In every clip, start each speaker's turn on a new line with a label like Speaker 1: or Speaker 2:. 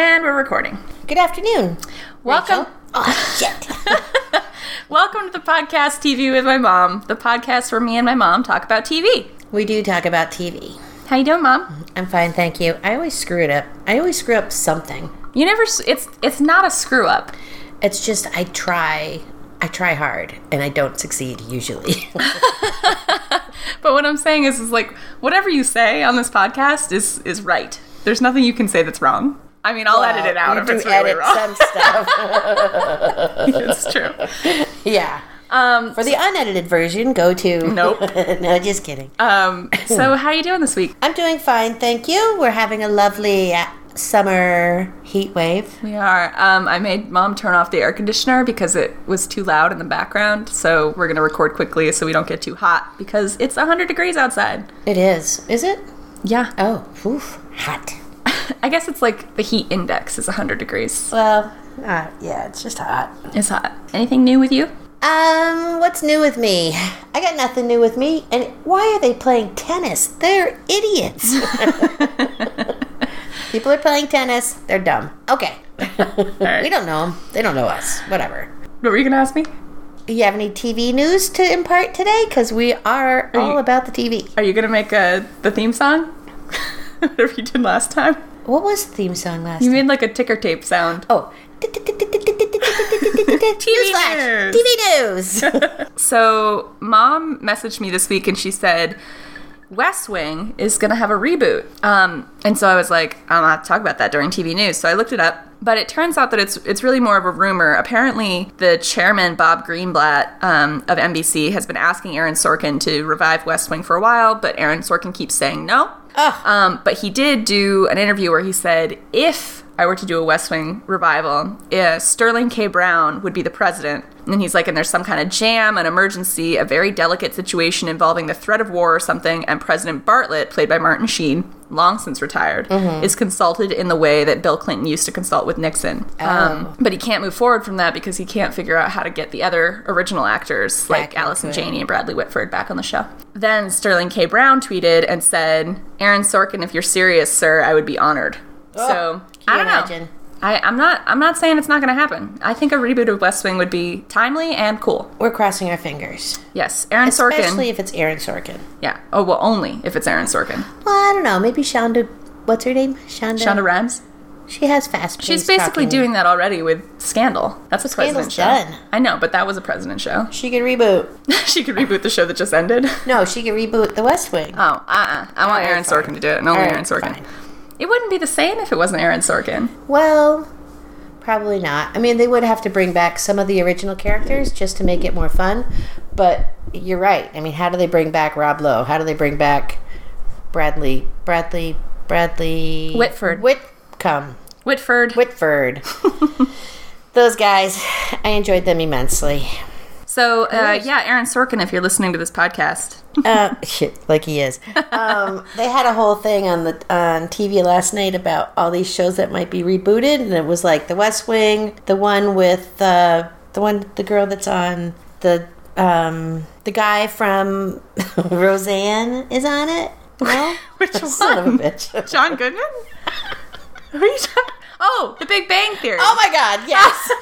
Speaker 1: recording.
Speaker 2: Good afternoon.
Speaker 1: Welcome.
Speaker 2: Rachel. Oh, shit.
Speaker 1: Welcome to the podcast TV with my mom, the podcast where me and my mom talk about TV.
Speaker 2: we do talk about TV.
Speaker 1: How you doing, mom?
Speaker 2: I'm fine, thank you. I always screw it up. I always screw up something.
Speaker 1: You never s- it's it's not a screw up.
Speaker 2: It's just I try. I try hard and I don't succeed usually.
Speaker 1: But what I'm saying is is like whatever you say on this podcast is is right. There's nothing you can say that's wrong. I mean, I'll edit it out
Speaker 2: You
Speaker 1: if
Speaker 2: do
Speaker 1: it's really
Speaker 2: edit
Speaker 1: wrong.
Speaker 2: some stuff.
Speaker 1: it's true.
Speaker 2: yeah. Um, For the unedited version, go to.
Speaker 1: Nope.
Speaker 2: no, just kidding.
Speaker 1: Um, so how you doing this week?
Speaker 2: I'm doing fine, thank you. We're having a lovely uh, summer heat wave.
Speaker 1: We are. Um, I made mom turn off the air conditioner because it was too loud in the background. So we're gonna record quickly so we don't get too hot because it's 100 degrees outside.
Speaker 2: It is. Is it?
Speaker 1: Yeah.
Speaker 2: Oh, oof, hot.
Speaker 1: I guess it's like the heat index is 100 degrees.
Speaker 2: Well, uh, yeah, it's just hot.
Speaker 1: It's hot. Anything new with you?
Speaker 2: Um, what's new with me? I got nothing new with me. And why are they playing tennis? They're idiots. People are playing tennis. They're dumb. Okay.
Speaker 1: right.
Speaker 2: We don't know them. They don't know us. Whatever.
Speaker 1: What were you gonna ask me?
Speaker 2: You have any TV news to impart today? Because we are all about the TV.
Speaker 1: Are you gonna make uh the theme song? Whatever you did last time.
Speaker 2: What was the theme song last?
Speaker 1: You made like a ticker tape sound.
Speaker 2: oh. Newsflash.
Speaker 1: news.
Speaker 2: TV news.
Speaker 1: So, mom messaged me this week and she said, West Wing is going to have a reboot. Um, and so I was like, I'm not to talk about that during TV news. So I looked it up. But it turns out that it's it's really more of a rumor. Apparently, the chairman Bob Greenblatt um, of NBC has been asking Aaron Sorkin to revive West Wing for a while, but Aaron Sorkin keeps saying no.
Speaker 2: Ugh.
Speaker 1: Um, but he did do an interview where he said, if I were to do a West Wing revival, eh, Sterling K. Brown would be the president. And he's like, and there's some kind of jam, an emergency, a very delicate situation involving the threat of war or something. And President Bartlett, played by Martin Sheen, long since retired, is consulted in the way that Bill Clinton used to consult with Nixon. Um, but he can't move forward from that because he can't figure out how to get the other original actors like
Speaker 2: Back
Speaker 1: Alice and
Speaker 2: into it.
Speaker 1: Janney and Bradley Whitford back on the show. Then Sterling K. Brown tweeted and said, "Aaron Sorkin, if you're serious, sir, I would be honored." so
Speaker 2: Oh, can
Speaker 1: I
Speaker 2: you
Speaker 1: don't know.
Speaker 2: imagine?
Speaker 1: I, I'm not. I'm not saying it's not going to happen. I think a reboot of West Wing would be timely and cool.
Speaker 2: We're crossing our fingers,
Speaker 1: Yes, Aaron
Speaker 2: especially
Speaker 1: Sorkin.
Speaker 2: if it's Aaron Sorkin.
Speaker 1: Yeah. Oh well, only if it's Aaron Sorkin.
Speaker 2: Well, I don't know. Maybe Shonda. What's her name? Shonda.
Speaker 1: Shonda Rhimes.
Speaker 2: She has fast.
Speaker 1: She's basically doing that already with Scandal. That's a
Speaker 2: Scandal's
Speaker 1: president show.
Speaker 2: done.
Speaker 1: I know, but that was a president show.
Speaker 2: She could reboot.
Speaker 1: she could reboot the show that just ended.
Speaker 2: No, she could reboot The West Wing.
Speaker 1: Oh, uh, uh I want
Speaker 2: right,
Speaker 1: Aaron
Speaker 2: fine.
Speaker 1: Sorkin to do it, and only
Speaker 2: All right,
Speaker 1: Aaron Sorkin.
Speaker 2: fine.
Speaker 1: It wouldn't be the same if it wasn't Aaron Sorkin.
Speaker 2: Well, probably not. I mean, they would have to bring back some of the original characters just to make it more fun. But you're right. I mean, how do they bring back Rob Lowe? How do they bring back Bradley? Bradley. Bradley.
Speaker 1: Whitford.
Speaker 2: Whitcomb.
Speaker 1: Whitford.
Speaker 2: Whitford. Those guys, I enjoyed them immensely.
Speaker 1: so, uh, yeah, Aaron Sorkin, if you're listening to this podcast,
Speaker 2: uh, shit, like he is. Um, they had a whole thing on the on TV last night about all these shows that might be rebooted, and it was like The West Wing, the one with uh, the one the girl that's on the um, the guy from Roseanne is on it. No,
Speaker 1: Which
Speaker 2: son
Speaker 1: one?
Speaker 2: of a bitch?
Speaker 1: John Goodman? Who are you talking- Oh, The Big Bang Theory.
Speaker 2: Oh my God! Yes.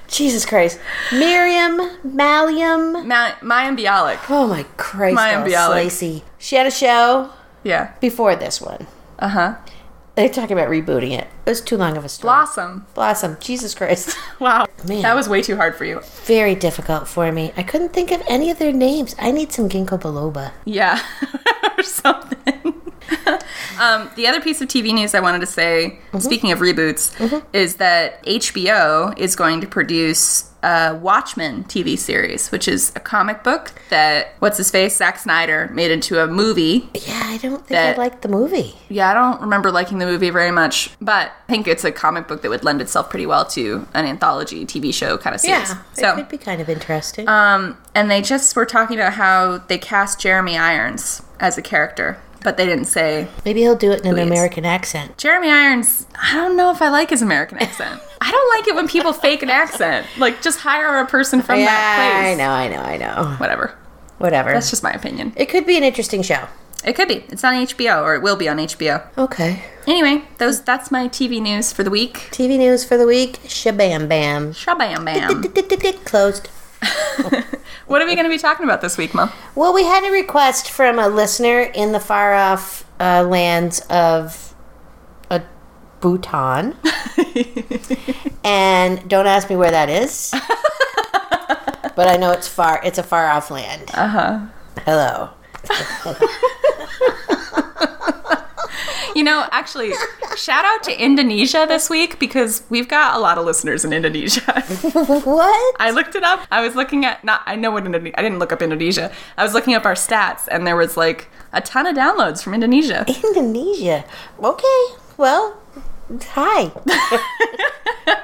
Speaker 2: Jesus Christ, Miriam Maliam.
Speaker 1: Ma- Mayim Bialik.
Speaker 2: Oh my Christ,
Speaker 1: Mayim Bialik.
Speaker 2: Lacey. She had a show
Speaker 1: Yeah.
Speaker 2: before this one.
Speaker 1: Uh huh.
Speaker 2: They're talking about rebooting it. It was too long of a story.
Speaker 1: Blossom.
Speaker 2: Blossom. Jesus Christ.
Speaker 1: Wow.
Speaker 2: Man.
Speaker 1: That was way too hard for you.
Speaker 2: Very difficult for me. I couldn't think of any of their names. I need some ginkgo biloba.
Speaker 1: Yeah, or something. um, the other piece of TV news I wanted to say,
Speaker 2: Mm-hmm.
Speaker 1: speaking of reboots, is that HBO is going to produce a Watchmen TV series, which is a comic book that what's his face Zack Snyder made into a movie.
Speaker 2: Yeah, I don't think
Speaker 1: That-
Speaker 2: I like the movie.
Speaker 1: Yeah, I don't remember liking the movie very much, but I think it's a comic book that would lend itself pretty well to an anthology TV show kind of series.
Speaker 2: it could be kind of interesting.
Speaker 1: Um, and they just were talking about how they cast Jeremy Irons as a character, but they didn't say
Speaker 2: Maybe he'll do it in an
Speaker 1: please.
Speaker 2: American accent.
Speaker 1: Jeremy Irons. I don't know if I like his American accent. I don't like it when people fake an accent. Like, just hire a person from that
Speaker 2: Yeah,
Speaker 1: place.
Speaker 2: I know, I know, I know.
Speaker 1: Whatever.
Speaker 2: Whatever.
Speaker 1: That's just my opinion.
Speaker 2: it could be an interesting show.
Speaker 1: It could be. It's on HBO, or it will be on HBO.
Speaker 2: Okay.
Speaker 1: Anyway, those that's my TV news for the week.
Speaker 2: TV news for the week. Shabam bam.
Speaker 1: Shabam bam.
Speaker 2: Closed.
Speaker 1: what are we going to be talking about this week, Mom?
Speaker 2: Well, we had a request from a listener in the far off uh, lands of a Bhutan. and don't ask me where that is. but I know it's far. It's a far off land. Uh huh. Hello.
Speaker 1: You know, actually, shout out to Indonesia this week because we've got a lot of listeners in Indonesia.
Speaker 2: What?
Speaker 1: I looked it up. I was looking at not. I know what Indonesia. I didn't look up Indonesia. I was looking up our stats, and there was like a ton of downloads from Indonesia.
Speaker 2: Indonesia. Okay. Well, hi.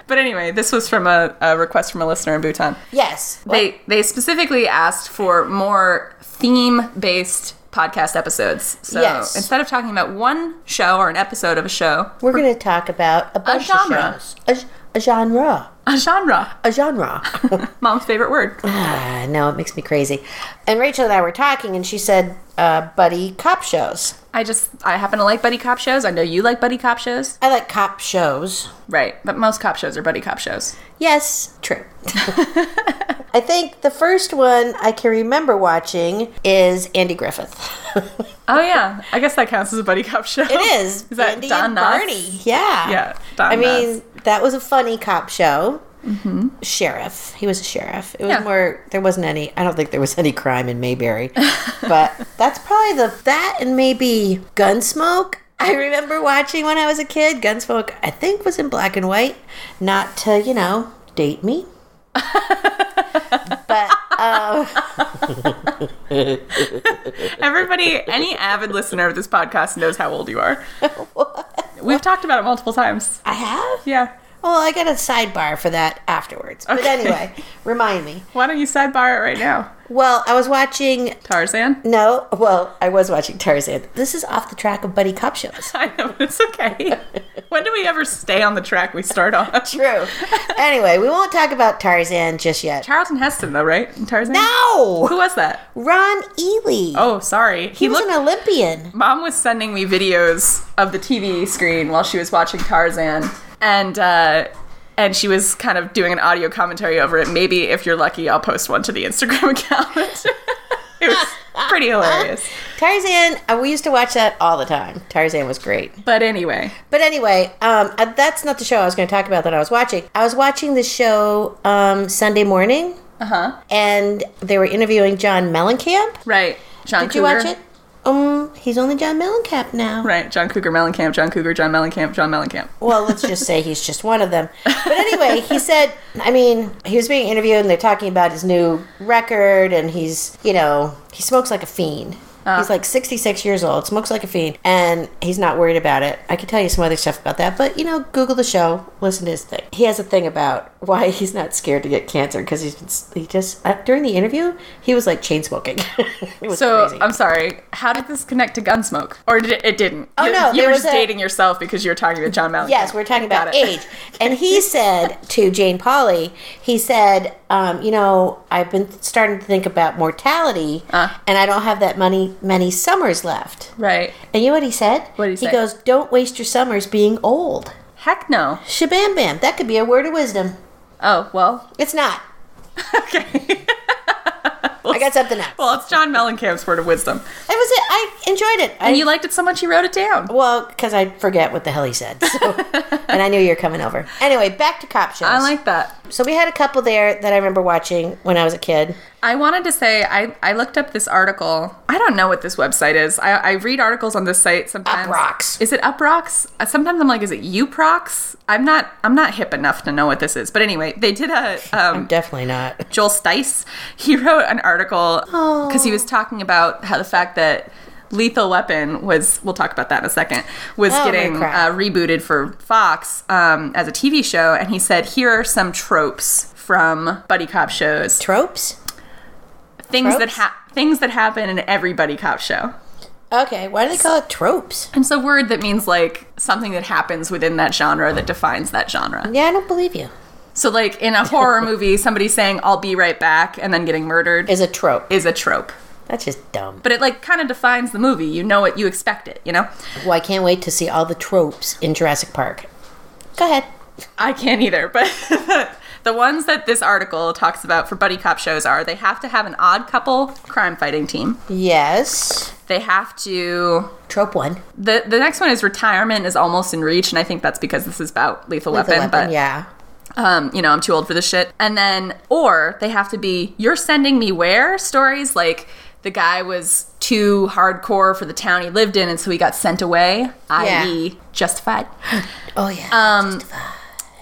Speaker 1: But anyway, this was from a, a request from a listener in Bhutan.
Speaker 2: Yes.
Speaker 1: They they specifically asked for more theme based podcast episodes. So
Speaker 2: Yes.
Speaker 1: instead of talking about one show or an episode of a show,
Speaker 2: We're going to talk about a bunch
Speaker 1: genre.
Speaker 2: of shows. A, g- a genre.
Speaker 1: a genre,
Speaker 2: A genre.
Speaker 1: mom's favorite word.
Speaker 2: ah, no, it makes me crazy. And Rachel and I were talking, and she said, uh, buddy cop shows.
Speaker 1: I just I happen to like buddy cop shows. I know you like buddy cop shows,
Speaker 2: I like cop shows.
Speaker 1: right? But most cop shows are buddy cop shows.
Speaker 2: Yes, true. I think the first one I can remember watching is Andy Griffith.
Speaker 1: Oh yeah, I guess that counts as a buddy cop show.
Speaker 2: it is.
Speaker 1: Is that
Speaker 2: Andy
Speaker 1: Don
Speaker 2: and
Speaker 1: Knotts?
Speaker 2: Barney. Yeah.
Speaker 1: Yeah, Don
Speaker 2: I mean, that was a funny cop show. Sheriff. He was a sheriff. It was
Speaker 1: Mm-hmm. Yeah.
Speaker 2: more. There wasn't any. I don't think there was any crime in Mayberry, but that's probably the that and maybe Gunsmoke. I remember watching when I was a kid. Gunsmoke, I think, was in black and white. Not to you know date me, but um,
Speaker 1: Everybody, any avid listener of this podcast knows how old you are. We've talked about it multiple times.
Speaker 2: I have.
Speaker 1: Yeah.
Speaker 2: Well, I got a sidebar for that afterwards. But
Speaker 1: Okay.
Speaker 2: anyway, remind me.
Speaker 1: Why don't you sidebar it right now?
Speaker 2: Well, I was watching
Speaker 1: Tarzan?
Speaker 2: No, well, I was watching Tarzan. This is off the track of buddy cop shows.
Speaker 1: I know, it's okay. When do we ever stay on the track we start on?
Speaker 2: True. anyway, we won't talk about Tarzan just yet.
Speaker 1: Charlton Heston, though, right? Tarzan?
Speaker 2: No,
Speaker 1: Who was that?
Speaker 2: Ron Ely.
Speaker 1: Oh, sorry.
Speaker 2: he was an Olympian.
Speaker 1: Mom was sending me videos of the TV screen while she was watching Tarzan, and uh, and she was kind of doing an audio commentary over it. Maybe if you're lucky, I'll post one to the Instagram account. it was pretty hilarious.
Speaker 2: Tarzan. uh, We used to watch that all the time. Tarzan was great.
Speaker 1: But anyway,
Speaker 2: But anyway, um, uh, that's not the show I was going to talk about that I was watching. I was watching the show um, Sunday morning,
Speaker 1: uh
Speaker 2: Uh-huh.
Speaker 1: huh.
Speaker 2: and they were interviewing John Mellencamp.
Speaker 1: Right, John.
Speaker 2: Did you
Speaker 1: Cougar.
Speaker 2: watch it? Um, he's only John Mellencamp now.
Speaker 1: Right, John Cougar Mellencamp, John Cougar, John Mellencamp, John Mellencamp.
Speaker 2: Well, let's just say he's just one of them. But anyway, he said, I mean, he was being interviewed and they're talking about his new record and he's, you know, he smokes like a fiend. He's like 66 years old, smokes like a fiend, and he's not worried about it. I could tell you some other stuff about that, but you know, Google the show, listen to his thing. He has a thing about why he's not scared to get cancer because he's been, he just uh, during the interview he was like chain smoking. it was
Speaker 1: So
Speaker 2: crazy.
Speaker 1: I'm sorry. How did this connect to Gunsmoke, or did it, it didn't?
Speaker 2: Oh,
Speaker 1: you,
Speaker 2: no,
Speaker 1: you
Speaker 2: there
Speaker 1: were
Speaker 2: was
Speaker 1: just
Speaker 2: a-
Speaker 1: dating yourself because you were talking to John Mellencamp.
Speaker 2: Yes, we're talking about
Speaker 1: Got it.
Speaker 2: age. And he said to Jane Pauley, he said, um, you know, I've been starting to think about mortality,
Speaker 1: Uh.
Speaker 2: and I don't have that many many summers left.
Speaker 1: Right.
Speaker 2: And you know what he said?
Speaker 1: What did he say?
Speaker 2: goes, "Don't waste your summers being old."
Speaker 1: Heck no.
Speaker 2: Shabam bam. That could be a word of wisdom.
Speaker 1: Oh well.
Speaker 2: It's not.
Speaker 1: Okay.
Speaker 2: I got something else.
Speaker 1: Well, it's John Mellencamp's word of wisdom.
Speaker 2: That was it. I enjoyed it. I,
Speaker 1: And you liked it so much you wrote it down.
Speaker 2: well, because I forget what the hell he said, so, and I knew you were coming over. Anyway, back to cop shows.
Speaker 1: I like that.
Speaker 2: so we had a couple there that I remember watching when I was a kid.
Speaker 1: I wanted to say I, I looked up this article. I don't know what this website is. I, I read articles on this site sometimes.
Speaker 2: Uproxx.
Speaker 1: Is it Uprox? Sometimes I'm like, is it Uprox? I'm not I'm not hip enough to know what this is. But anyway, they did a um,
Speaker 2: Definitely not.
Speaker 1: Joel Stice, he wrote an article because he was talking about how the fact that Lethal Weapon was, we'll talk about that in a second, was
Speaker 2: Oh, my
Speaker 1: getting
Speaker 2: crap.
Speaker 1: uh, rebooted for Fox um, as a TV show. And he said, here are some tropes from buddy cop shows
Speaker 2: Tropes?
Speaker 1: things that
Speaker 2: Tropes?
Speaker 1: ha- things that happen in every buddy cop show
Speaker 2: Okay, why do they call it tropes?
Speaker 1: and it's a word that means like something that happens within that genre that defines that genre
Speaker 2: Yeah, I don't believe you.
Speaker 1: so like in a horror movie somebody saying i'll be right back and then getting murdered
Speaker 2: Is a trope.
Speaker 1: is a trope
Speaker 2: That's just dumb.
Speaker 1: But it like kind of defines the movie. You know it, you expect it, you know?
Speaker 2: Well, I can't wait to see all the tropes in Jurassic Park. Go ahead.
Speaker 1: I can't either, but the ones that this article talks about for buddy cop shows are they have to have an odd couple crime fighting team.
Speaker 2: Yes.
Speaker 1: They have to
Speaker 2: Trope one.
Speaker 1: the the next one is retirement is almost in reach, and I think that's because this is about Lethal,
Speaker 2: Lethal
Speaker 1: Weapon, but
Speaker 2: yeah.
Speaker 1: um, you know, I'm too old for this shit. And then, or they have to be, you're sending me where stories like the guy was too hardcore for the town he lived in, and so he got sent away,
Speaker 2: Yeah.
Speaker 1: i.e., justified.
Speaker 2: Oh yeah. Um,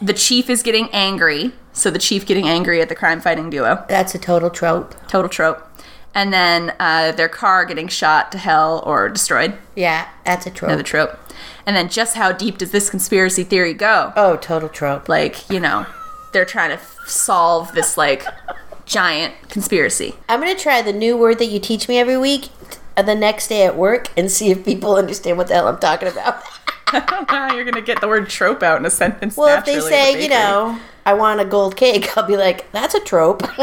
Speaker 1: The chief is getting angry, so the chief getting angry at the crime fighting duo,
Speaker 2: That's a total trope.
Speaker 1: total trope. And then uh, their car getting shot to hell or destroyed,
Speaker 2: Yeah, that's a trope.
Speaker 1: another trope. And then just how deep does this conspiracy theory go?
Speaker 2: oh, total trope.
Speaker 1: Like, you know, they're trying to f- solve this like giant conspiracy.
Speaker 2: I'm gonna try the new word that you teach me every week uh, the next day at work and see if people understand what the hell I'm talking about.
Speaker 1: You're gonna get the word trope out in a sentence.
Speaker 2: Well, if they
Speaker 1: naturally at a
Speaker 2: say, you
Speaker 1: bakery.
Speaker 2: know, I want a gold cake, I'll be like, that's a trope.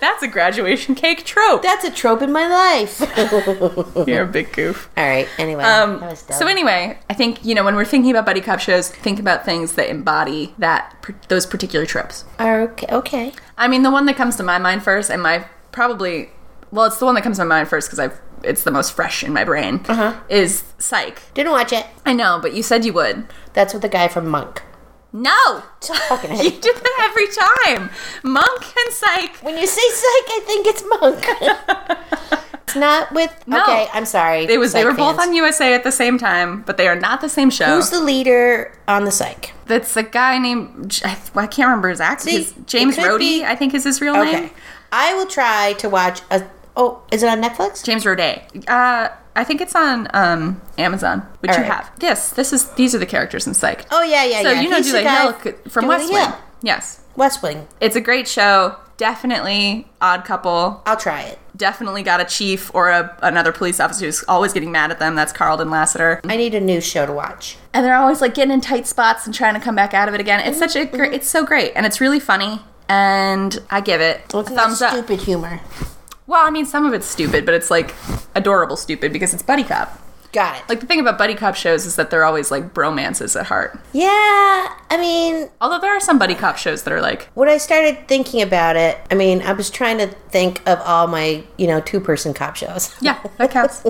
Speaker 1: that's a graduation cake trope.
Speaker 2: that's a trope in my life. All
Speaker 1: You're a big goof.
Speaker 2: right. Anyway,
Speaker 1: Um,
Speaker 2: that was dumb.
Speaker 1: so anyway, I think you know when we're thinking about buddy cop shows, think about things that embody that par- those particular tropes.
Speaker 2: okay, okay.
Speaker 1: I mean, the one that comes to my mind first, and my probably well, it's the one that comes to my mind first because I've it's the most fresh in my brain
Speaker 2: Uh-huh.
Speaker 1: is Psych.
Speaker 2: Didn't watch it.
Speaker 1: I know, but you said you would.
Speaker 2: That's with the guy from Monk.
Speaker 1: No,
Speaker 2: Fucking
Speaker 1: you
Speaker 2: hate.
Speaker 1: did that every time. Monk and Psych.
Speaker 2: When you say psych, I think it's Monk. it's not with. Okay, I'm sorry.
Speaker 1: It was they
Speaker 2: psych
Speaker 1: were both
Speaker 2: fans.
Speaker 1: on USA at the same time, but they are not the same show.
Speaker 2: Who's the leader on the psych?
Speaker 1: That's a guy named J- I, well, I can't remember his accent.
Speaker 2: See,
Speaker 1: his, James
Speaker 2: it could
Speaker 1: Rhodey,
Speaker 2: be-
Speaker 1: I think, is his real
Speaker 2: Okay.
Speaker 1: name.
Speaker 2: I will try to watch a. Oh, is it on Netflix?
Speaker 1: James Roday. Uh, I think it's on um, Amazon, which
Speaker 2: All
Speaker 1: you
Speaker 2: right.
Speaker 1: have. Yes, this is these are the characters in Psych.
Speaker 2: Oh, yeah, yeah,
Speaker 1: so
Speaker 2: yeah.
Speaker 1: you know
Speaker 2: He's the
Speaker 1: Julie
Speaker 2: guy
Speaker 1: Hill c- from
Speaker 2: Julie
Speaker 1: West Wing.
Speaker 2: Hill.
Speaker 1: Yes,
Speaker 2: West Wing.
Speaker 1: it's a great show. Definitely odd couple.
Speaker 2: I'll try it.
Speaker 1: Definitely got a chief or a, another police officer who's always getting mad at them. That's Carlton Lassiter.
Speaker 2: I need a new show to watch.
Speaker 1: and they're always like getting in tight spots and trying to come back out of it again. It's such a great, it's so great, and it's really funny. And I give it a
Speaker 2: Look at
Speaker 1: thumbs
Speaker 2: that
Speaker 1: up.
Speaker 2: stupid humor.
Speaker 1: Well, I mean, some of it's stupid, but it's like adorable stupid because it's buddy cop.
Speaker 2: Got it.
Speaker 1: Like the thing about buddy cop shows is that they're always like bromances at heart.
Speaker 2: yeah, I mean,
Speaker 1: Although there are some buddy cop shows that are like,
Speaker 2: when I started thinking about it, I mean, I was trying to think of all my, you know, two person cop shows.
Speaker 1: yeah, that counts.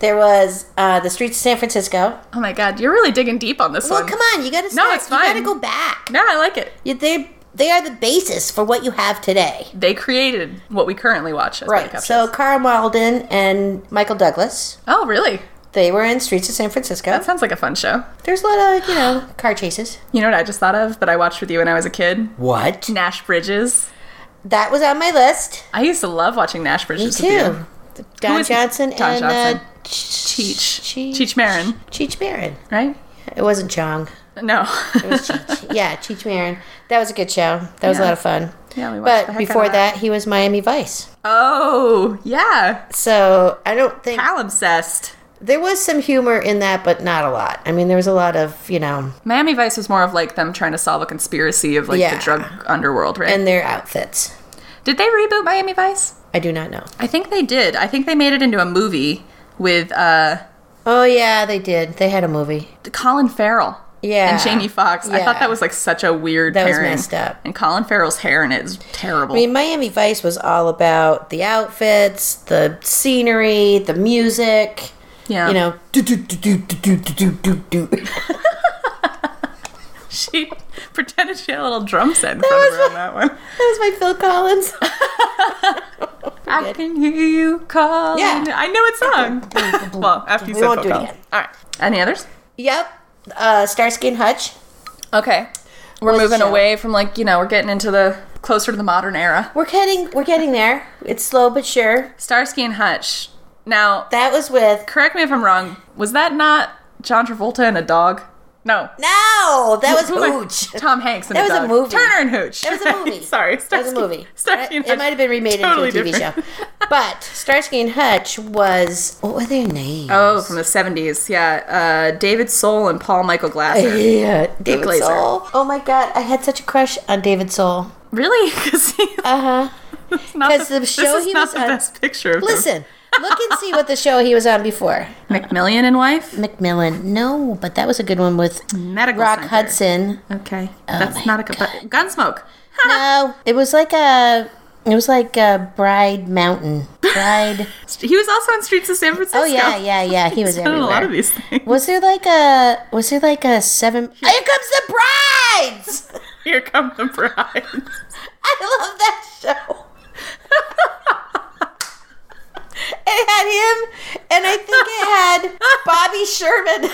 Speaker 2: There was uh, The Streets of San Francisco.
Speaker 1: oh my god, you're really digging deep on this
Speaker 2: Well,
Speaker 1: one.
Speaker 2: come on, you gotta
Speaker 1: No,
Speaker 2: start.
Speaker 1: it's fine.
Speaker 2: You gotta go back.
Speaker 1: No, I like it.
Speaker 2: You- They they are the basis for what you have today.
Speaker 1: They created what we currently watch as buddy
Speaker 2: Right.
Speaker 1: cop
Speaker 2: So
Speaker 1: shows.
Speaker 2: Carl Malden and Michael Douglas,
Speaker 1: Oh, really?
Speaker 2: they were in Streets of San Francisco.
Speaker 1: That sounds like a fun show.
Speaker 2: There's a lot of, you know, car chases.
Speaker 1: You know what I just thought of that I watched with you when I was a kid?
Speaker 2: What?
Speaker 1: Nash Bridges.
Speaker 2: That was on my list.
Speaker 1: I used to love watching Nash
Speaker 2: Me
Speaker 1: Bridges with
Speaker 2: too.
Speaker 1: you. Who
Speaker 2: Don
Speaker 1: is-
Speaker 2: Johnson
Speaker 1: Don
Speaker 2: and
Speaker 1: Johnson.
Speaker 2: Uh,
Speaker 1: Cheech.
Speaker 2: Cheech.
Speaker 1: Cheech Marin.
Speaker 2: Cheech Marin.
Speaker 1: Right?
Speaker 2: It wasn't Chong.
Speaker 1: No.
Speaker 2: It was Cheech. yeah, Cheech Marin. That was a good show. That was
Speaker 1: Yeah.
Speaker 2: a lot of fun.
Speaker 1: Yeah, we watched the
Speaker 2: But
Speaker 1: heck
Speaker 2: before
Speaker 1: out of that.
Speaker 2: that, he was Miami Vice.
Speaker 1: oh, yeah.
Speaker 2: So I don't think
Speaker 1: Palimpsest.
Speaker 2: there was some humor in that, but not a lot. I mean, there was a lot of you know,
Speaker 1: Miami Vice was more of like them trying to solve a conspiracy of like
Speaker 2: Yeah.
Speaker 1: the drug underworld, right?
Speaker 2: and their outfits.
Speaker 1: did they reboot Miami Vice?
Speaker 2: I do not know.
Speaker 1: I think they did. I think they made it into a movie with uh,
Speaker 2: Oh yeah, they did. They had a movie.
Speaker 1: Colin Farrell.
Speaker 2: Yeah.
Speaker 1: And Jamie Foxx. I
Speaker 2: Yeah.
Speaker 1: thought that was like such a weird
Speaker 2: That was
Speaker 1: pairing.
Speaker 2: messed up.
Speaker 1: And Colin Farrell's hair in it is terrible.
Speaker 2: I mean, Miami Vice was all about the outfits, the scenery, the music.
Speaker 1: yeah.
Speaker 2: You know, do do do do do do do do do.
Speaker 1: she pretended she had a little drum set in front of her
Speaker 2: was
Speaker 1: on that one.
Speaker 2: That was my Phil Collins.
Speaker 1: I can hear you calling.
Speaker 2: Yeah.
Speaker 1: I know it's song. well, after you
Speaker 2: We
Speaker 1: said
Speaker 2: won't do it
Speaker 1: vocal.
Speaker 2: again.
Speaker 1: All right. Any others?
Speaker 2: yep. Uh, Starsky and Hutch.
Speaker 1: Okay. We're
Speaker 2: Well,
Speaker 1: moving
Speaker 2: so-
Speaker 1: away from like, you know, we're getting into the closer to the modern era.
Speaker 2: We're getting we're getting there. It's slow but sure.
Speaker 1: Starsky and Hutch. Now,
Speaker 2: That was with
Speaker 1: correct me if I'm wrong. Was that not John Travolta and a dog? No.
Speaker 2: No, that was
Speaker 1: Who am I-
Speaker 2: Hooch.
Speaker 1: Tom Hanks and
Speaker 2: That
Speaker 1: a
Speaker 2: was a
Speaker 1: dog.
Speaker 2: movie.
Speaker 1: Turner and Hooch.
Speaker 2: That was a movie.
Speaker 1: Sorry.
Speaker 2: that was a
Speaker 1: Starsky-
Speaker 2: movie.
Speaker 1: Starsky and
Speaker 2: it
Speaker 1: Hutch.
Speaker 2: might have been remade
Speaker 1: Totally
Speaker 2: into a TV
Speaker 1: different.
Speaker 2: show. But Starsky and Hutch was what were their names?
Speaker 1: Oh, from the 70s. Yeah. Uh, David Soul and Paul Michael Glasser.
Speaker 2: yeah, David
Speaker 1: Glaser.
Speaker 2: Soul. Oh my god, I had such a crush on David Soul.
Speaker 1: really? 'Cause he-
Speaker 2: Uh huh.
Speaker 1: not
Speaker 2: Because the,
Speaker 1: this
Speaker 2: show
Speaker 1: is
Speaker 2: he
Speaker 1: not
Speaker 2: was
Speaker 1: the
Speaker 2: on.
Speaker 1: best picture of him.
Speaker 2: Listen, look and see what the show he was on before.
Speaker 1: Macmillan and wife.
Speaker 2: Macmillan. No, but that was a good one with
Speaker 1: Medical
Speaker 2: Mm-hmm. Rock
Speaker 1: Center.
Speaker 2: Hudson. Oh
Speaker 1: Okay,
Speaker 2: my
Speaker 1: that's not a co- but Gunsmoke.
Speaker 2: No, it was like a. It was like a Bride Mountain. Bride.
Speaker 1: He was also on Streets of San Francisco.
Speaker 2: Oh yeah, yeah, yeah. He was
Speaker 1: He's done a lot
Speaker 2: everywhere.
Speaker 1: of these things.
Speaker 2: Was there like a? Was there like a seven? Here comes the brides.
Speaker 1: Here come the brides.
Speaker 2: I love that show. it had him, and I think it had Bobby Sherman.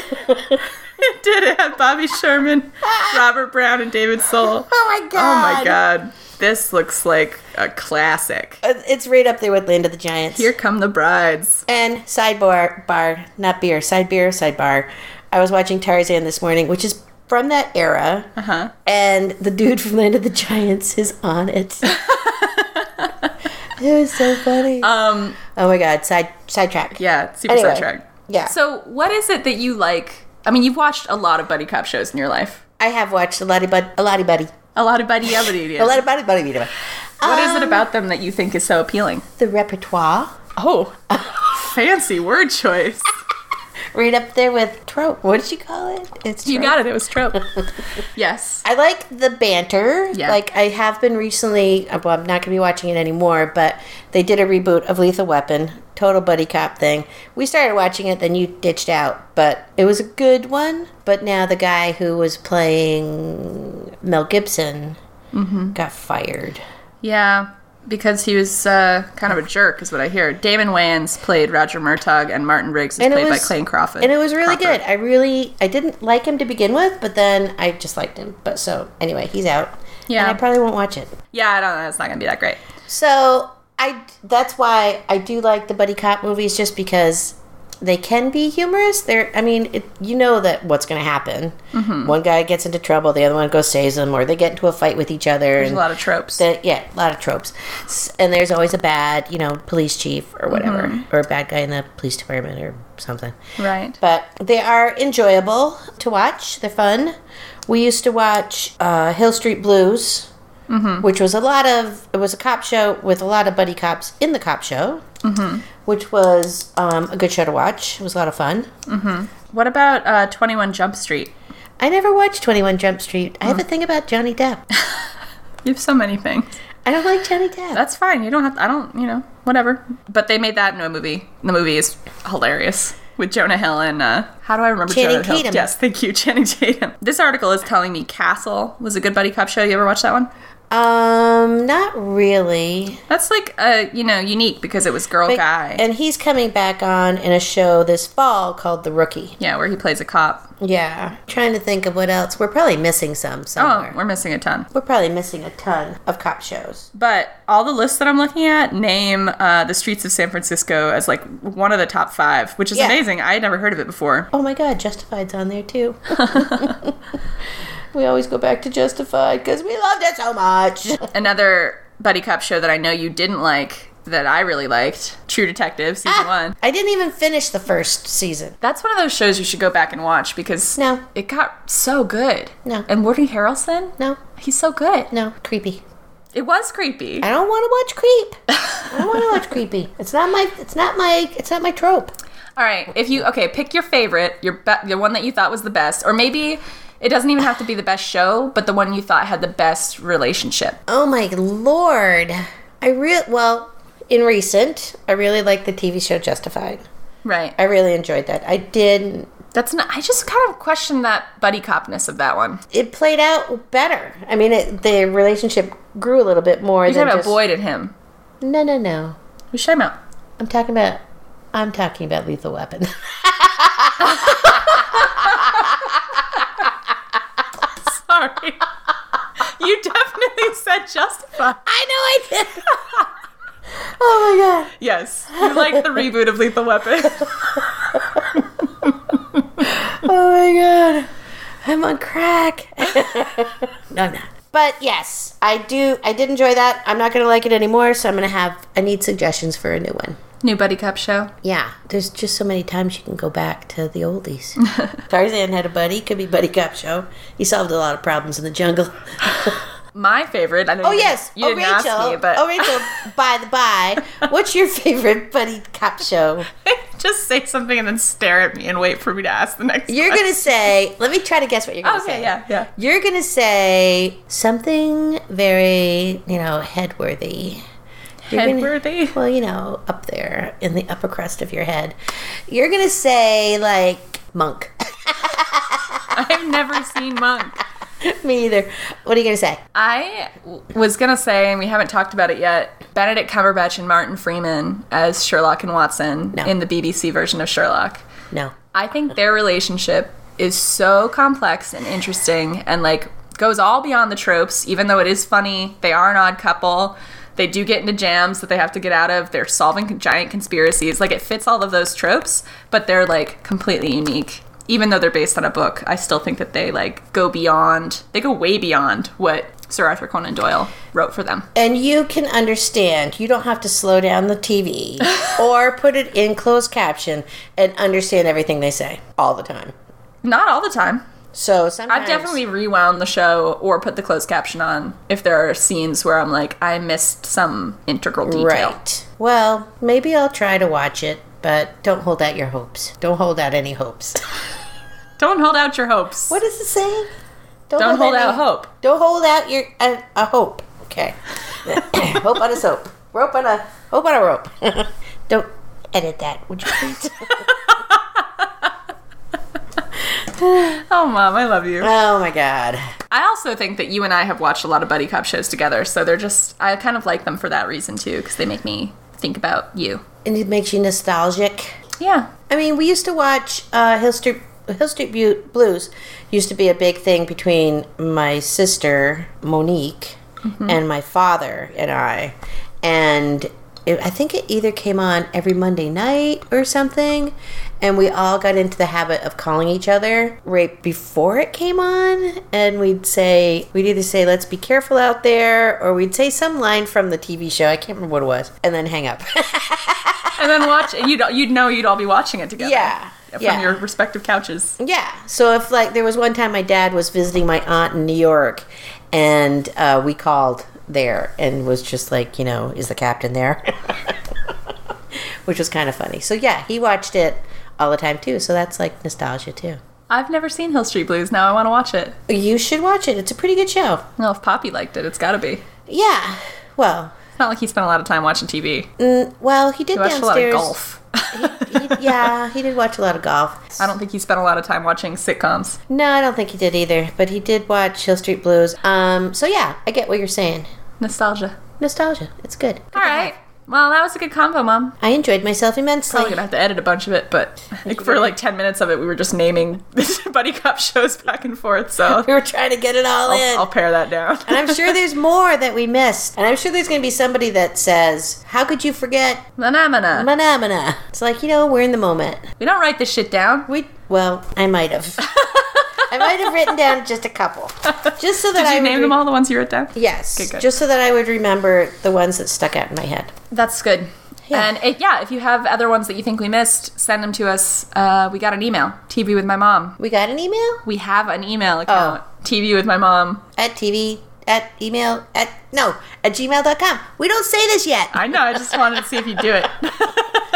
Speaker 1: it did. It had Bobby Sherman, Robert Brown, and David Soul.
Speaker 2: oh my god!
Speaker 1: Oh my god. This looks like a classic.
Speaker 2: Uh, It's right up there with Land of the Giants.
Speaker 1: Here come the brides.
Speaker 2: And sidebar, bar, not beer, side beer, sidebar. I was watching Tarzan this morning, which is from that era,
Speaker 1: Uh-huh.
Speaker 2: and the dude from Land of the Giants is on it. it was so funny.
Speaker 1: Um
Speaker 2: oh my god, side sidetrack.
Speaker 1: yeah, super
Speaker 2: Anyway,
Speaker 1: sidetrack.
Speaker 2: yeah.
Speaker 1: So what is it that you like? I mean, you've watched a lot of buddy cop shows in your life.
Speaker 2: I have watched a lot of bud, a lot of buddy,
Speaker 1: A lot of buddy buddy.
Speaker 2: a lot of buddy, buddy, buddy. buddy.
Speaker 1: What is it
Speaker 2: Um,
Speaker 1: about them that you think is so appealing?
Speaker 2: the repertoire?
Speaker 1: Oh, fancy word choice.
Speaker 2: Right up there with trope. What did you call it? It's
Speaker 1: You
Speaker 2: trope.
Speaker 1: got it. It was trope. yes.
Speaker 2: I like the banter.
Speaker 1: Yeah.
Speaker 2: Like I have been recently. uh, Well, I'm not going to be watching it anymore, but they did a reboot of Lethal Weapon, total buddy cop thing. We started watching it, then you ditched out, but it was a good one. But now the guy who was playing Mel Gibson
Speaker 1: Mm-hmm.
Speaker 2: got fired.
Speaker 1: Yeah, because he was uh, kind of a jerk, is what I hear. Damon Wayans played Roger Murtaugh, and Martin Riggs is
Speaker 2: And it
Speaker 1: played by
Speaker 2: was-
Speaker 1: Clayton Crawford.
Speaker 2: And it was really
Speaker 1: Crawford.
Speaker 2: good. I really, I didn't like him to begin with, but then I just liked him. But so anyway, he's out.
Speaker 1: Yeah.
Speaker 2: And I probably won't watch it.
Speaker 1: Yeah, I don't know. It's not going to be that great.
Speaker 2: So I that's why I do like the buddy cop movies just because they can be humorous. They're I mean it, you know that what's going to happen. One guy gets into trouble, the other one goes saves him, or they get into a fight with each other.
Speaker 1: There's
Speaker 2: and
Speaker 1: a lot of tropes.
Speaker 2: the- yeah, a lot of tropes. S- And there's always a bad you know police chief or whatever, or a bad guy in the police department or something.
Speaker 1: right.
Speaker 2: But they are enjoyable to watch. They're fun. We used to watch uh, Hill Street Blues,
Speaker 1: Mm-hmm.
Speaker 2: which was a lot of it was a cop show with a lot of buddy cops in the cop show,
Speaker 1: Mm-hmm.
Speaker 2: which was um, a good show to watch. It was a lot of fun.
Speaker 1: What about uh, 21 Jump Street?
Speaker 2: I never watched Twenty One Jump Street. I have
Speaker 1: Mm.
Speaker 2: a thing about Johnny Depp.
Speaker 1: You have so many things.
Speaker 2: I don't like Johnny Depp.
Speaker 1: That's fine. You don't have. I don't. You know. Whatever. But they made that into a movie. The movie is hilarious with Jonah Hill and uh, how do I remember
Speaker 2: Channing
Speaker 1: Jonah Hill?
Speaker 2: Tatum.
Speaker 1: Yes, thank you, Channing Tatum. This article is telling me Castle was a good buddy cop show. You ever watch that one?
Speaker 2: Um, not really.
Speaker 1: That's like uh, you know unique because it was girl guy.
Speaker 2: And he's coming back on in a show this fall called The Rookie.
Speaker 1: yeah, where he plays a cop.
Speaker 2: Yeah, trying to think of what else. We're probably missing some somewhere.
Speaker 1: Oh, we're missing a ton.
Speaker 2: We're probably missing a ton of cop shows.
Speaker 1: But all the lists that I'm looking at name uh, the streets of San Francisco as like one of the top five, which is
Speaker 2: Yeah.
Speaker 1: amazing. I had never heard of it before.
Speaker 2: Oh my God, Justified's on there too. we always go back to Justified because we loved it so much.
Speaker 1: Another buddy cop show that I know you didn't like that I really liked, True Detective season
Speaker 2: Ah.
Speaker 1: one.
Speaker 2: I didn't even finish the first season.
Speaker 1: That's one of those shows you should go back and watch because
Speaker 2: No.
Speaker 1: it got so good.
Speaker 2: No.
Speaker 1: And Woody Harrelson,
Speaker 2: No,
Speaker 1: he's so good.
Speaker 2: no, creepy.
Speaker 1: It was creepy.
Speaker 2: I don't want to watch creep. I don't want to watch creepy. It's not my. It's not my. It's not my trope.
Speaker 1: All right, if you okay, pick your favorite, your be- the one that you thought was the best, or maybe it doesn't even have to be the best show, but the one you thought had the best relationship.
Speaker 2: Oh my lord. I real well in recent. I really like the TV show Justified.
Speaker 1: Right.
Speaker 2: I really enjoyed that. I did
Speaker 1: That's not. I just kind of question that buddy copness of that one.
Speaker 2: it played out better. I mean, it, the relationship grew a little bit more.
Speaker 1: You're
Speaker 2: than
Speaker 1: talking about
Speaker 2: just-
Speaker 1: Boyd and him.
Speaker 2: No, no, no.
Speaker 1: Who's talking about?
Speaker 2: I'm talking about. I'm talking about Lethal Weapon.
Speaker 1: Sorry. you definitely said justified.
Speaker 2: I know I did. oh my god.
Speaker 1: Yes. You like the reboot of Lethal Weapon.
Speaker 2: Oh my god. I'm on crack. no, I'm not. But yes, I do. I did enjoy that. I'm not gonna like it anymore, so I'm gonna have. I need suggestions for a new one.
Speaker 1: New buddy cop show.
Speaker 2: Yeah, there's just so many times you can go back to the oldies. Tarzan had a buddy, could be buddy cop show. He solved a lot of problems in the jungle.
Speaker 1: My favorite. I know
Speaker 2: Oh
Speaker 1: you didn't-
Speaker 2: yes.
Speaker 1: you
Speaker 2: oh
Speaker 1: didn't ask
Speaker 2: Rachel.
Speaker 1: me, but
Speaker 2: Oh Rachel. by the by, what's your favorite buddy cop show?
Speaker 1: just say something and then stare at me and wait for me to ask the next.
Speaker 2: You're
Speaker 1: one.
Speaker 2: gonna say. Let me try to guess what you're gonna
Speaker 1: Okay,
Speaker 2: say.
Speaker 1: yeah, yeah.
Speaker 2: You're gonna say something very, you know, headworthy. You're gonna-
Speaker 1: Headworthy?
Speaker 2: well, you know, up there in the upper crust of your head. You're gonna say like monk.
Speaker 1: I've never seen Monk.
Speaker 2: Me either. What are you gonna say?
Speaker 1: I w- was gonna say, and we haven't talked about it yet. Benedict Cumberbatch and Martin Freeman as Sherlock and Watson
Speaker 2: No.
Speaker 1: in the BBC version of Sherlock.
Speaker 2: No.
Speaker 1: I think their relationship is so complex and interesting and like goes all beyond the tropes, even though it is funny. They are an odd couple. They do get into jams that they have to get out of. They're solving con- giant conspiracies. Like it fits all of those tropes, but they're like completely unique. Even though they're based on a book, I still think that they like go beyond, they go way beyond what Sir Arthur Conan Doyle wrote for them.
Speaker 2: And you can understand. You don't have to slow down the TV or put it in closed caption and understand everything they say all the time.
Speaker 1: Not all the time.
Speaker 2: So sometimes
Speaker 1: I've definitely rewound the show or put the closed caption on if there are scenes where I'm like, I missed some integral detail.
Speaker 2: Right. Well, maybe I'll try to watch it, but don't hold out your hopes. Don't hold out any hopes.
Speaker 1: Don't hold out your hopes.
Speaker 2: what is it saying?
Speaker 1: Don't hold out
Speaker 2: any-
Speaker 1: hope.
Speaker 2: Don't hold out your a, a hope. Okay. hope on a soap. Rope on a hope on a rope. don't edit that, would you please?
Speaker 1: Oh, mom, I love you.
Speaker 2: oh my god.
Speaker 1: I also think that you and I have watched a lot of buddy cop shows together, so they're just I kind of like them for that reason too, because they make me think about you.
Speaker 2: And it makes you nostalgic.
Speaker 1: Yeah,
Speaker 2: I mean, we used to watch uh, Hill Street Hill Street Bu- Blues. Used to be a big thing between my sister Monique and my father and I, and it, I think it either came on every Monday night or something, and we all got into the habit of calling each other right before it came on, and we'd say we'd either say "Let's be careful out there" or we'd say some line from the TV show. I can't remember what it was, and then hang up.
Speaker 1: and then watch and you'd you'd know you'd all be watching it together.
Speaker 2: yeah.
Speaker 1: from
Speaker 2: yeah.
Speaker 1: your respective couches.
Speaker 2: Yeah. So if like there was one time my dad was visiting my aunt in New York, and uh, we called there and was just like, you know, is the captain there? Which was kind of funny. So yeah, he watched it all the time too. So that's like nostalgia too.
Speaker 1: I've never seen Hill Street Blues. Now I want to watch it.
Speaker 2: You should watch it. It's a pretty good show.
Speaker 1: Well, if Poppy liked it, it's got to be.
Speaker 2: Yeah. Well,
Speaker 1: It's not like he spent a lot of time watching TV. He
Speaker 2: mm, well, he did
Speaker 1: watched
Speaker 2: downstairs.
Speaker 1: a lot of golf.
Speaker 2: He- yeah, he did watch a lot of golf.
Speaker 1: I don't think he spent a lot of time watching sitcoms.
Speaker 2: No, I don't think he did either. But he did watch Hill Street Blues. Um. So yeah, I get what you're saying.
Speaker 1: Nostalgia.
Speaker 2: Nostalgia. It's good.
Speaker 1: All right. Well, that was a good combo, Mom.
Speaker 2: I enjoyed myself immensely.
Speaker 1: Probably gonna have to edit a bunch of it, but like, for like ten minutes of it, we were just naming buddy cop shows back and forth. So
Speaker 2: We were trying to get it all in.
Speaker 1: I'll, I'll pare that down.
Speaker 2: and I'm sure there's more that we missed. And I'm sure there's going to be somebody that says, How could you forget
Speaker 1: Manamana.
Speaker 2: Manamana? It's like, you know, we're in the moment.
Speaker 1: We don't write this shit down.
Speaker 2: We, well, I might have. I might have written down just a couple. Just so that
Speaker 1: Did
Speaker 2: I
Speaker 1: you
Speaker 2: would
Speaker 1: name
Speaker 2: re-
Speaker 1: them all the ones you wrote down?
Speaker 2: Yes.
Speaker 1: Okay, good.
Speaker 2: Just so that I would remember the ones that stuck out in my head.
Speaker 1: That's good.
Speaker 2: Yeah.
Speaker 1: And it, yeah, if you have other ones that you think we missed, send them to us. Uh, we got an email, TV with my mom.
Speaker 2: We got an email
Speaker 1: We have an email
Speaker 2: Oh.
Speaker 1: account, TV with my mom.
Speaker 2: at TV, at email, at, no, at gmail.com. We don't say this yet.
Speaker 1: I know. I just wanted to see if you do it.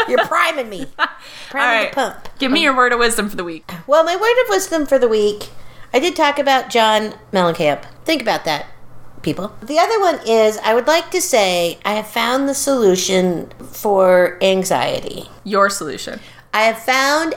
Speaker 2: You're priming me.
Speaker 1: All
Speaker 2: Priming
Speaker 1: right.
Speaker 2: the pump.
Speaker 1: Give me your word of wisdom for the week.
Speaker 2: Well, my word of wisdom for the week, I did talk about John Mellencamp. Think about that, people. The other one is I would like to say I have found the solution for anxiety.
Speaker 1: Your solution.
Speaker 2: I have found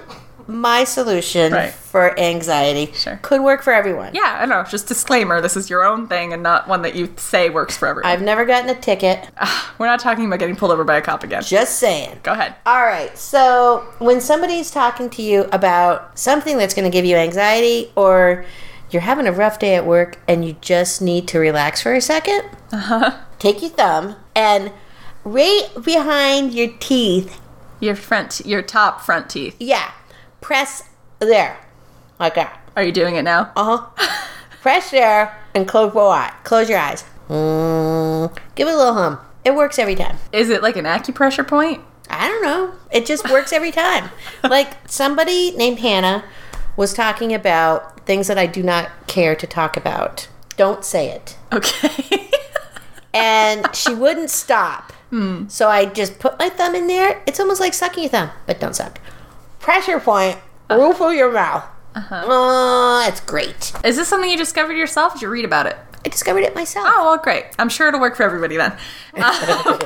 Speaker 2: my solution
Speaker 1: Right.
Speaker 2: for anxiety.
Speaker 1: Sure.
Speaker 2: Could work for everyone.
Speaker 1: Yeah, I know. Just disclaimer: this is your own thing and not one that you say works for everyone.
Speaker 2: I've never gotten a ticket.
Speaker 1: We're not talking about getting pulled over by a cop again.
Speaker 2: Just saying.
Speaker 1: Go ahead.
Speaker 2: All right. So when somebody's talking to you about something that's going to give you anxiety, or you're having a rough day at work and you just need to relax for a 2nd take your thumb and right behind your teeth,
Speaker 1: Your front, your top front teeth.
Speaker 2: yeah, press there, like that.
Speaker 1: Are you doing it now?
Speaker 2: Uh huh. press there and close your eye. Close your eyes. Mm, give it a little hum. It works every time.
Speaker 1: Is it like an acupressure point?
Speaker 2: I don't know. It just works every time. like somebody named Hannah was talking about things that I do not care to talk about. don't say it.
Speaker 1: Okay.
Speaker 2: And she wouldn't stop. So I just put my thumb in there. It's almost like sucking your thumb, but don't suck. Pressure point, roof of your mouth. Oh, that's great.
Speaker 1: Is this something you discovered yourself? Did you read about it?
Speaker 2: I discovered it myself.
Speaker 1: Oh, well, great. I'm sure it'll work for everybody then. Um,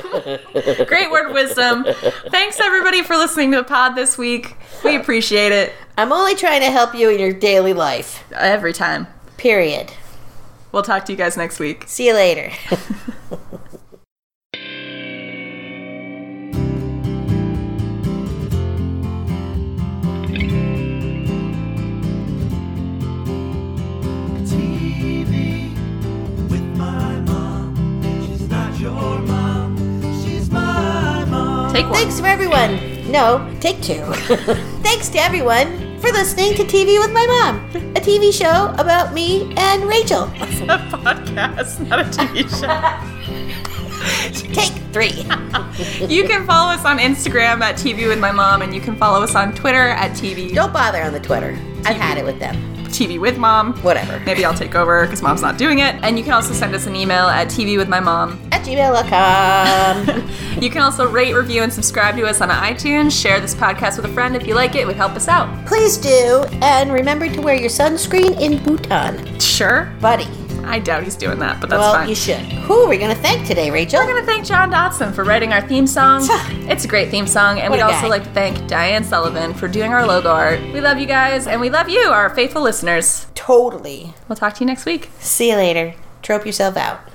Speaker 1: great word wisdom. Thanks, everybody, for listening to the pod this week. We appreciate it
Speaker 2: I'm only trying to help you in your daily life.
Speaker 1: every time.
Speaker 2: Period.
Speaker 1: We'll talk to you guys next week.
Speaker 2: See you later.
Speaker 3: TV with my mom. She's not your mom. She's my mom.
Speaker 1: Take one.
Speaker 2: Thanks to everyone. No, take two. Thanks to everyone for listening to TV with my mom, a TV show about me and Rachel.
Speaker 1: a podcast, not a TV
Speaker 2: Take three.
Speaker 1: show. you can follow us on Instagram at TV with my mom, and you can follow us on Twitter at TV
Speaker 2: Don't bother on the Twitter. I've had it with them.
Speaker 1: TV with mom.
Speaker 2: Whatever.
Speaker 1: Maybe I'll take over because mom's not doing it. And you can also send us an email at TV with my mom.
Speaker 2: At gmail.com.
Speaker 1: You can also rate, review, and subscribe to us on iTunes. Share this podcast with a friend if you like it. It would help us out.
Speaker 2: Please do. And remember to wear your sunscreen in Bhutan,
Speaker 1: Sure.
Speaker 2: buddy.
Speaker 1: I doubt he's doing that, but that's
Speaker 2: well,
Speaker 1: fine.
Speaker 2: you should. Who are we going to thank today, Rachel?
Speaker 1: We're going to thank John Dotson for writing our theme song. it's a great theme song. And
Speaker 2: What
Speaker 1: we'd
Speaker 2: a
Speaker 1: also
Speaker 2: guy.
Speaker 1: like to thank Diane Sullivan for doing our logo art. We love you guys, and we love you, our faithful listeners.
Speaker 2: Totally.
Speaker 1: We'll talk to you next week.
Speaker 2: See you later. Trope yourself out.